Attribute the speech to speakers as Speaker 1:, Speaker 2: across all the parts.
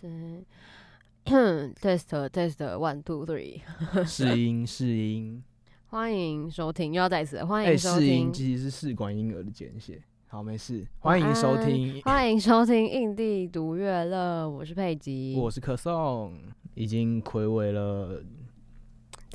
Speaker 1: 噔噔，test test one 嗯 two three，
Speaker 2: 试音试音，
Speaker 1: 欢迎收听，又要再一次了欢
Speaker 2: 哎，
Speaker 1: 迎收
Speaker 2: 试音
Speaker 1: 听，
Speaker 2: 其实是试管婴儿的简写。好，没事，欢迎收 听，
Speaker 1: 欢迎收听印地独乐乐，我是佩吉，
Speaker 2: 我是可颂，已经暌违了，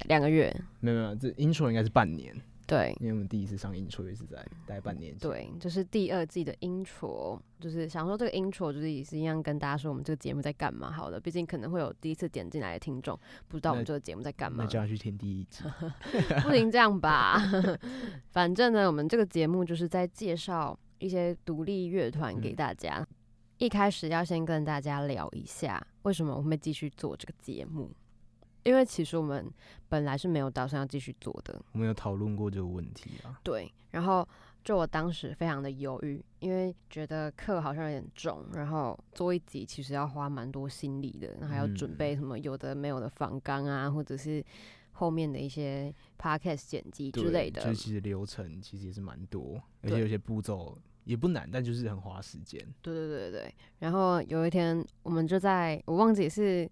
Speaker 1: 两个月，
Speaker 2: 没有没有，这 intro 应该是半年，
Speaker 1: 对
Speaker 2: 因为我们第一次上 intro 也是在大概半年前，
Speaker 1: 对，这是第二季的 intro，就是想说这个 intro 就是也是一样跟大家说我们这个节目在干嘛好了，毕竟可能会有第一次点进来的听众不知道我们
Speaker 2: 那
Speaker 1: 这个节目在干嘛
Speaker 2: 那，就要去听第一 集，
Speaker 1: 不行这样吧。 反正呢，我们这个节目就是在介绍一些独立乐团给
Speaker 2: 嗯
Speaker 1: 大家。一开始要先跟大家聊一下，为什么我们会继续做这个节目？因为其实我们本来是没有打算要继续做的，
Speaker 2: 我们有讨论过这个问题啊，
Speaker 1: 对。然后就我当时非常的犹豫，因为觉得课好像有点重，然后做一集其实要花蛮多心力的，然后还要准
Speaker 2: 嗯
Speaker 1: 备什么有的没有的仿纲啊，或者是后面的一些 podcast 剪辑之
Speaker 2: 对
Speaker 1: 类的。
Speaker 2: 就是其实流程其实也是蛮多，而
Speaker 1: 对
Speaker 2: 且有些步骤也不难，但就是很花时间，
Speaker 1: 对对对对对。然后有一天，我们就在我忘记是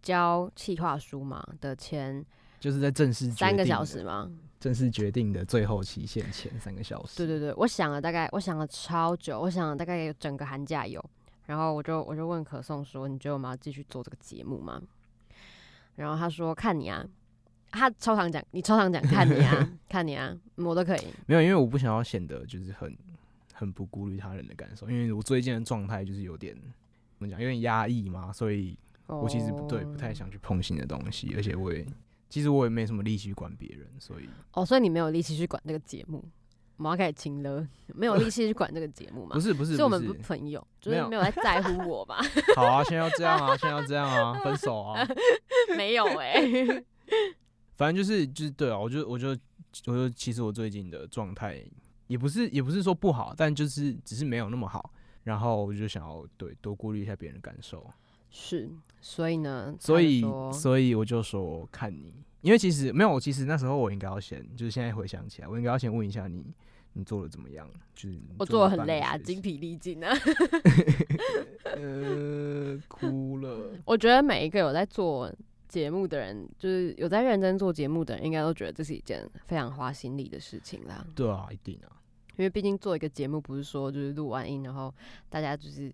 Speaker 1: 交企划书嘛的前
Speaker 2: 就是在正式决
Speaker 1: 三个
Speaker 2: 定
Speaker 1: 小
Speaker 2: 的
Speaker 1: 时嘛。
Speaker 2: 正式决定的最后期限前三个小时，
Speaker 1: 对对对，我想了大概，我想了超久，我想了大概有整个寒假有。然后我就我就问可颂说：“你觉得我们要继续做这个节目吗？”然后他说：“看你啊。”他超常讲，你超常讲，看你 啊，看你啊，嗯我都可以。
Speaker 2: 没有，因为我不想要显得就是很很不顾虑他人的感受，因为我最近的状态就是有点怎么讲，有点压抑嘛，所以我其实不对，不太
Speaker 1: 哦
Speaker 2: 想去碰新的东西，而且我也其实我也没什么力气去管别人，所以
Speaker 1: 哦，所以你没有力气去管这个节目，我们要开始请了， 没有力气去管这个节目嘛
Speaker 2: 不？是不是
Speaker 1: 所以我
Speaker 2: 不
Speaker 1: 们不是
Speaker 2: 是，
Speaker 1: 朋友，就
Speaker 2: 没
Speaker 1: 是
Speaker 2: 有
Speaker 1: 没有在 在乎我吧？
Speaker 2: 好啊，现在要这样啊，现在要这样啊，分手啊，
Speaker 1: 没有哎、欸，
Speaker 2: 反正就是就是对啊，我就我就我就其实我最近的状态也不是也不是说不好，但就是只是没有那么好，然后我就想要对多顾虑一下别人的感受。
Speaker 1: 是，所以呢，
Speaker 2: 所以
Speaker 1: 他就说
Speaker 2: 所以我就说看你，因为其实没有，其实那时候我应该要先，就是现在回想起来，我应该要先问一下你，你做的怎么样？就是你
Speaker 1: 我做的很
Speaker 2: 半
Speaker 1: 累
Speaker 2: 个
Speaker 1: 啊，
Speaker 2: 学
Speaker 1: 精
Speaker 2: 期
Speaker 1: 疲力尽啊。
Speaker 2: 呃，哭 了。
Speaker 1: 我觉得每一个有在做节目的人，就是有在认真做节目的人，应该都觉得这是一件非常花心力的事情啦。
Speaker 2: 对啊，一定啊，
Speaker 1: 因为毕竟做一个节目，不是说就是录完音，然后大家就是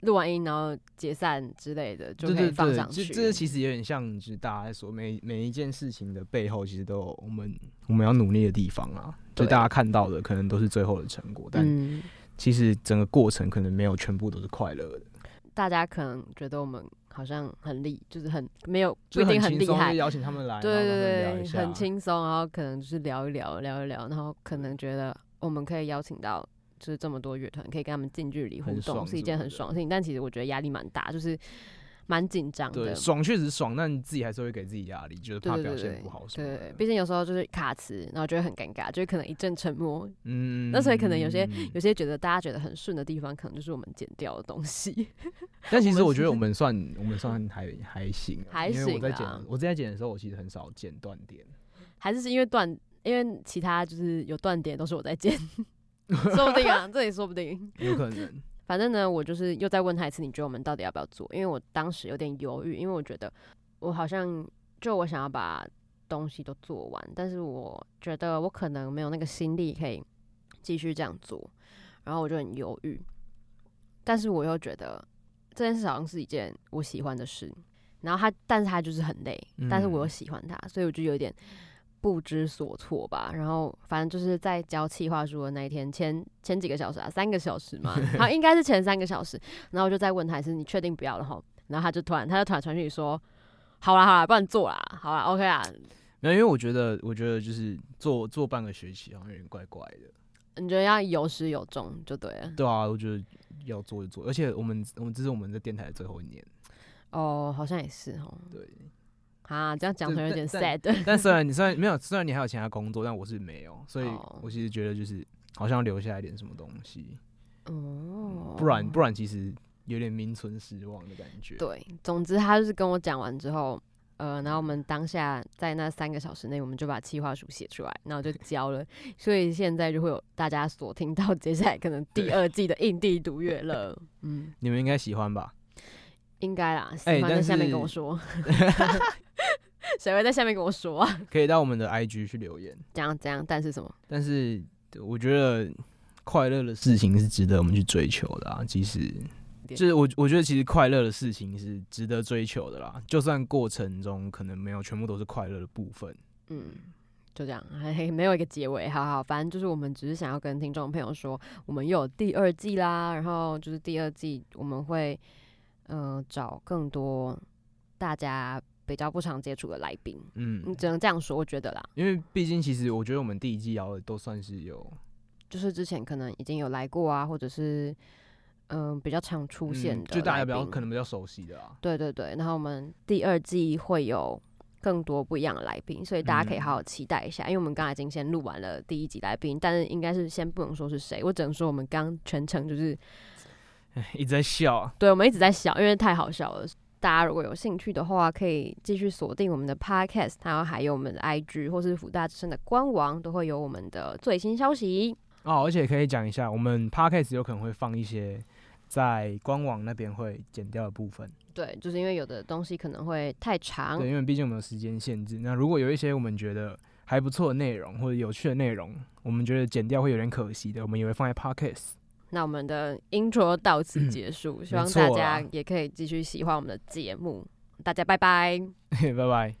Speaker 1: 录完音然后解散之类的就
Speaker 2: 对
Speaker 1: 可以
Speaker 2: 对
Speaker 1: 放
Speaker 2: 对，
Speaker 1: 上
Speaker 2: 这
Speaker 1: 去。
Speaker 2: 这其实有点像，就是大家在说每每一件事情的背后，其实都有我们我们要努力的地方啊。就
Speaker 1: 对
Speaker 2: 大家看到的可能都是最后的成果，但
Speaker 1: 嗯，
Speaker 2: 其实整个过程可能没有全部都是快乐的，
Speaker 1: 大家可能觉得我们好像很厉，就是很没有不
Speaker 2: 就
Speaker 1: 一定
Speaker 2: 是
Speaker 1: 很
Speaker 2: 轻
Speaker 1: 厉
Speaker 2: 松，
Speaker 1: 害
Speaker 2: 就，邀请他们来，
Speaker 1: 对
Speaker 2: 然后让他们聊
Speaker 1: 对
Speaker 2: 一
Speaker 1: 对，
Speaker 2: 下
Speaker 1: 很轻松，然后可能就是聊一聊，聊一聊，然后可能觉得我们可以邀请到就是这么多乐团，可以跟他们近距离互
Speaker 2: 很
Speaker 1: 动，
Speaker 2: 爽
Speaker 1: 是一件
Speaker 2: 什么
Speaker 1: 很
Speaker 2: 的
Speaker 1: 爽的事情。但其实我觉得压力蛮大，就是蛮紧张
Speaker 2: 对，
Speaker 1: 的。
Speaker 2: 爽确实爽，但自己还是会给自己压力，就是
Speaker 1: 对
Speaker 2: 怕
Speaker 1: 对
Speaker 2: 表
Speaker 1: 对
Speaker 2: 现
Speaker 1: 对
Speaker 2: 不好什么的。
Speaker 1: 对，毕竟有时候就是卡词，然后就会很尴尬，就是可能一阵沉默。
Speaker 2: 嗯
Speaker 1: 那所以可能有些
Speaker 2: 嗯
Speaker 1: 有些觉得大家觉得很顺的地方，可能就是我们剪掉的东西。
Speaker 2: 但其
Speaker 1: 我
Speaker 2: 实
Speaker 1: 们
Speaker 2: 我觉
Speaker 1: 是
Speaker 2: 得我们算我们算还还行啊，
Speaker 1: 还
Speaker 2: 因为我
Speaker 1: 行
Speaker 2: 在剪
Speaker 1: 啦
Speaker 2: 我在剪的时候，我其实很少剪断点，
Speaker 1: 还是是因为断，因为其他就是有断点都是我在剪， 说不定啊，这也说不定。
Speaker 2: 有可能
Speaker 1: 反正呢，我就是又再问他一次，你觉得我们到底要不要做？因为我当时有点犹豫，因为我觉得我好像就我想要把东西都做完，但是我觉得我可能没有那个心力可以继续这样做，然后我就很犹豫。但是我又觉得这件事好像是一件我喜欢的事，然后他，但是他就是很累，但是我又
Speaker 2: 嗯
Speaker 1: 喜欢他，所以我就有点不知所措吧。然后反正就是在交企划书的那一天，前前几个小时啊，三个小时嘛，好应该是前三个小时。然后我就再问他一次，你确定不要了吼？然后他就突然，他就突然传讯息说，好啦好啦，不然做啦，好啦 OK 啦，
Speaker 2: 没有，因为我觉得我觉得就是做做半个学期好像有点怪怪的，
Speaker 1: 你觉得要有始有终就对了。
Speaker 2: 对啊，我觉得要做就做，而且我们我们这是我们在电台的最后一年，
Speaker 1: 哦，好像也是哦。
Speaker 2: 对，
Speaker 1: 啊，这样讲
Speaker 2: 对
Speaker 1: 可能有点
Speaker 2: 但
Speaker 1: sad。
Speaker 2: 但虽然你虽然没有虽然你还有其他工作，但我是没有，所以
Speaker 1: 哦
Speaker 2: 我其实觉得就是好像要留下一点什么东西，
Speaker 1: 哦，
Speaker 2: 不然不然其实有点名存实亡的感觉。
Speaker 1: 对，总之他就是跟我讲完之后，呃，然后我们当下在那三个小时内，我们就把企划书写出来，然后就交了，所以现在就会有大家所听到接下来可能第
Speaker 2: 对
Speaker 1: 二季的印地独乐乐，嗯，
Speaker 2: 你们应该喜欢吧？
Speaker 1: 应该啦，死
Speaker 2: 哎
Speaker 1: 蛮在
Speaker 2: 但
Speaker 1: 下面跟
Speaker 2: 是
Speaker 1: 我说，谁会在下面跟我说啊？
Speaker 2: 可以到我们的 IG 去留言。
Speaker 1: 怎样怎样？但是什么？
Speaker 2: 但是我觉得快乐的事情是值得我们去追求的啊，即使就是我我觉得其实快乐的事情是值得追求的啦，就算过程中可能没有全部都是快乐的部分。
Speaker 1: 嗯，就这样，还还没有一个结尾。好好，反正就是我们只是想要跟听众朋友说，我们又有第二季啦。然后就是第二季我们会嗯、呃找更多大家比较不常接触的来宾，
Speaker 2: 嗯
Speaker 1: 你，只能这样说，我觉得啦。
Speaker 2: 因为毕竟其实我觉得我们第一季聊的都算是有
Speaker 1: 就是之前可能已经有来过啊，或者是嗯、比较常出现的
Speaker 2: 嗯
Speaker 1: 来宾、
Speaker 2: 就大家比较可能比较熟悉的啊。
Speaker 1: 对对对，然后我们第二季会有更多不一样的来宾，所以大家可以
Speaker 2: 嗯
Speaker 1: 好好期待一下。因为我们刚才已经先录完了第一集来宾，但是应该是先不能说是谁，我只能说我们刚全程就是
Speaker 2: 一直在笑啊，
Speaker 1: 对我们一直在笑，因为太好笑了。大家如果有兴趣的话，可以继续锁定我们的 podcast，然后还有我们的 IG 或是福大之声的官网，都会有我们的最新消息。
Speaker 2: 哦，而且可以讲一下，我们 podcast 有可能会放一些在官网那边会剪掉的部分，
Speaker 1: 对，就是因为有的东西可能会太长
Speaker 2: 对，，因为毕竟我们有时间限制。那如果有一些我们觉得还不错的内容或者有趣的内容，我们觉得剪掉会有点可惜的，我们也会放在 podcast。
Speaker 1: 那我们的 intro 到此结束，希望
Speaker 2: 嗯没错啊
Speaker 1: 大
Speaker 2: 啦
Speaker 1: 家也可以继续喜欢我们的节目，大家拜拜。
Speaker 2: 拜拜。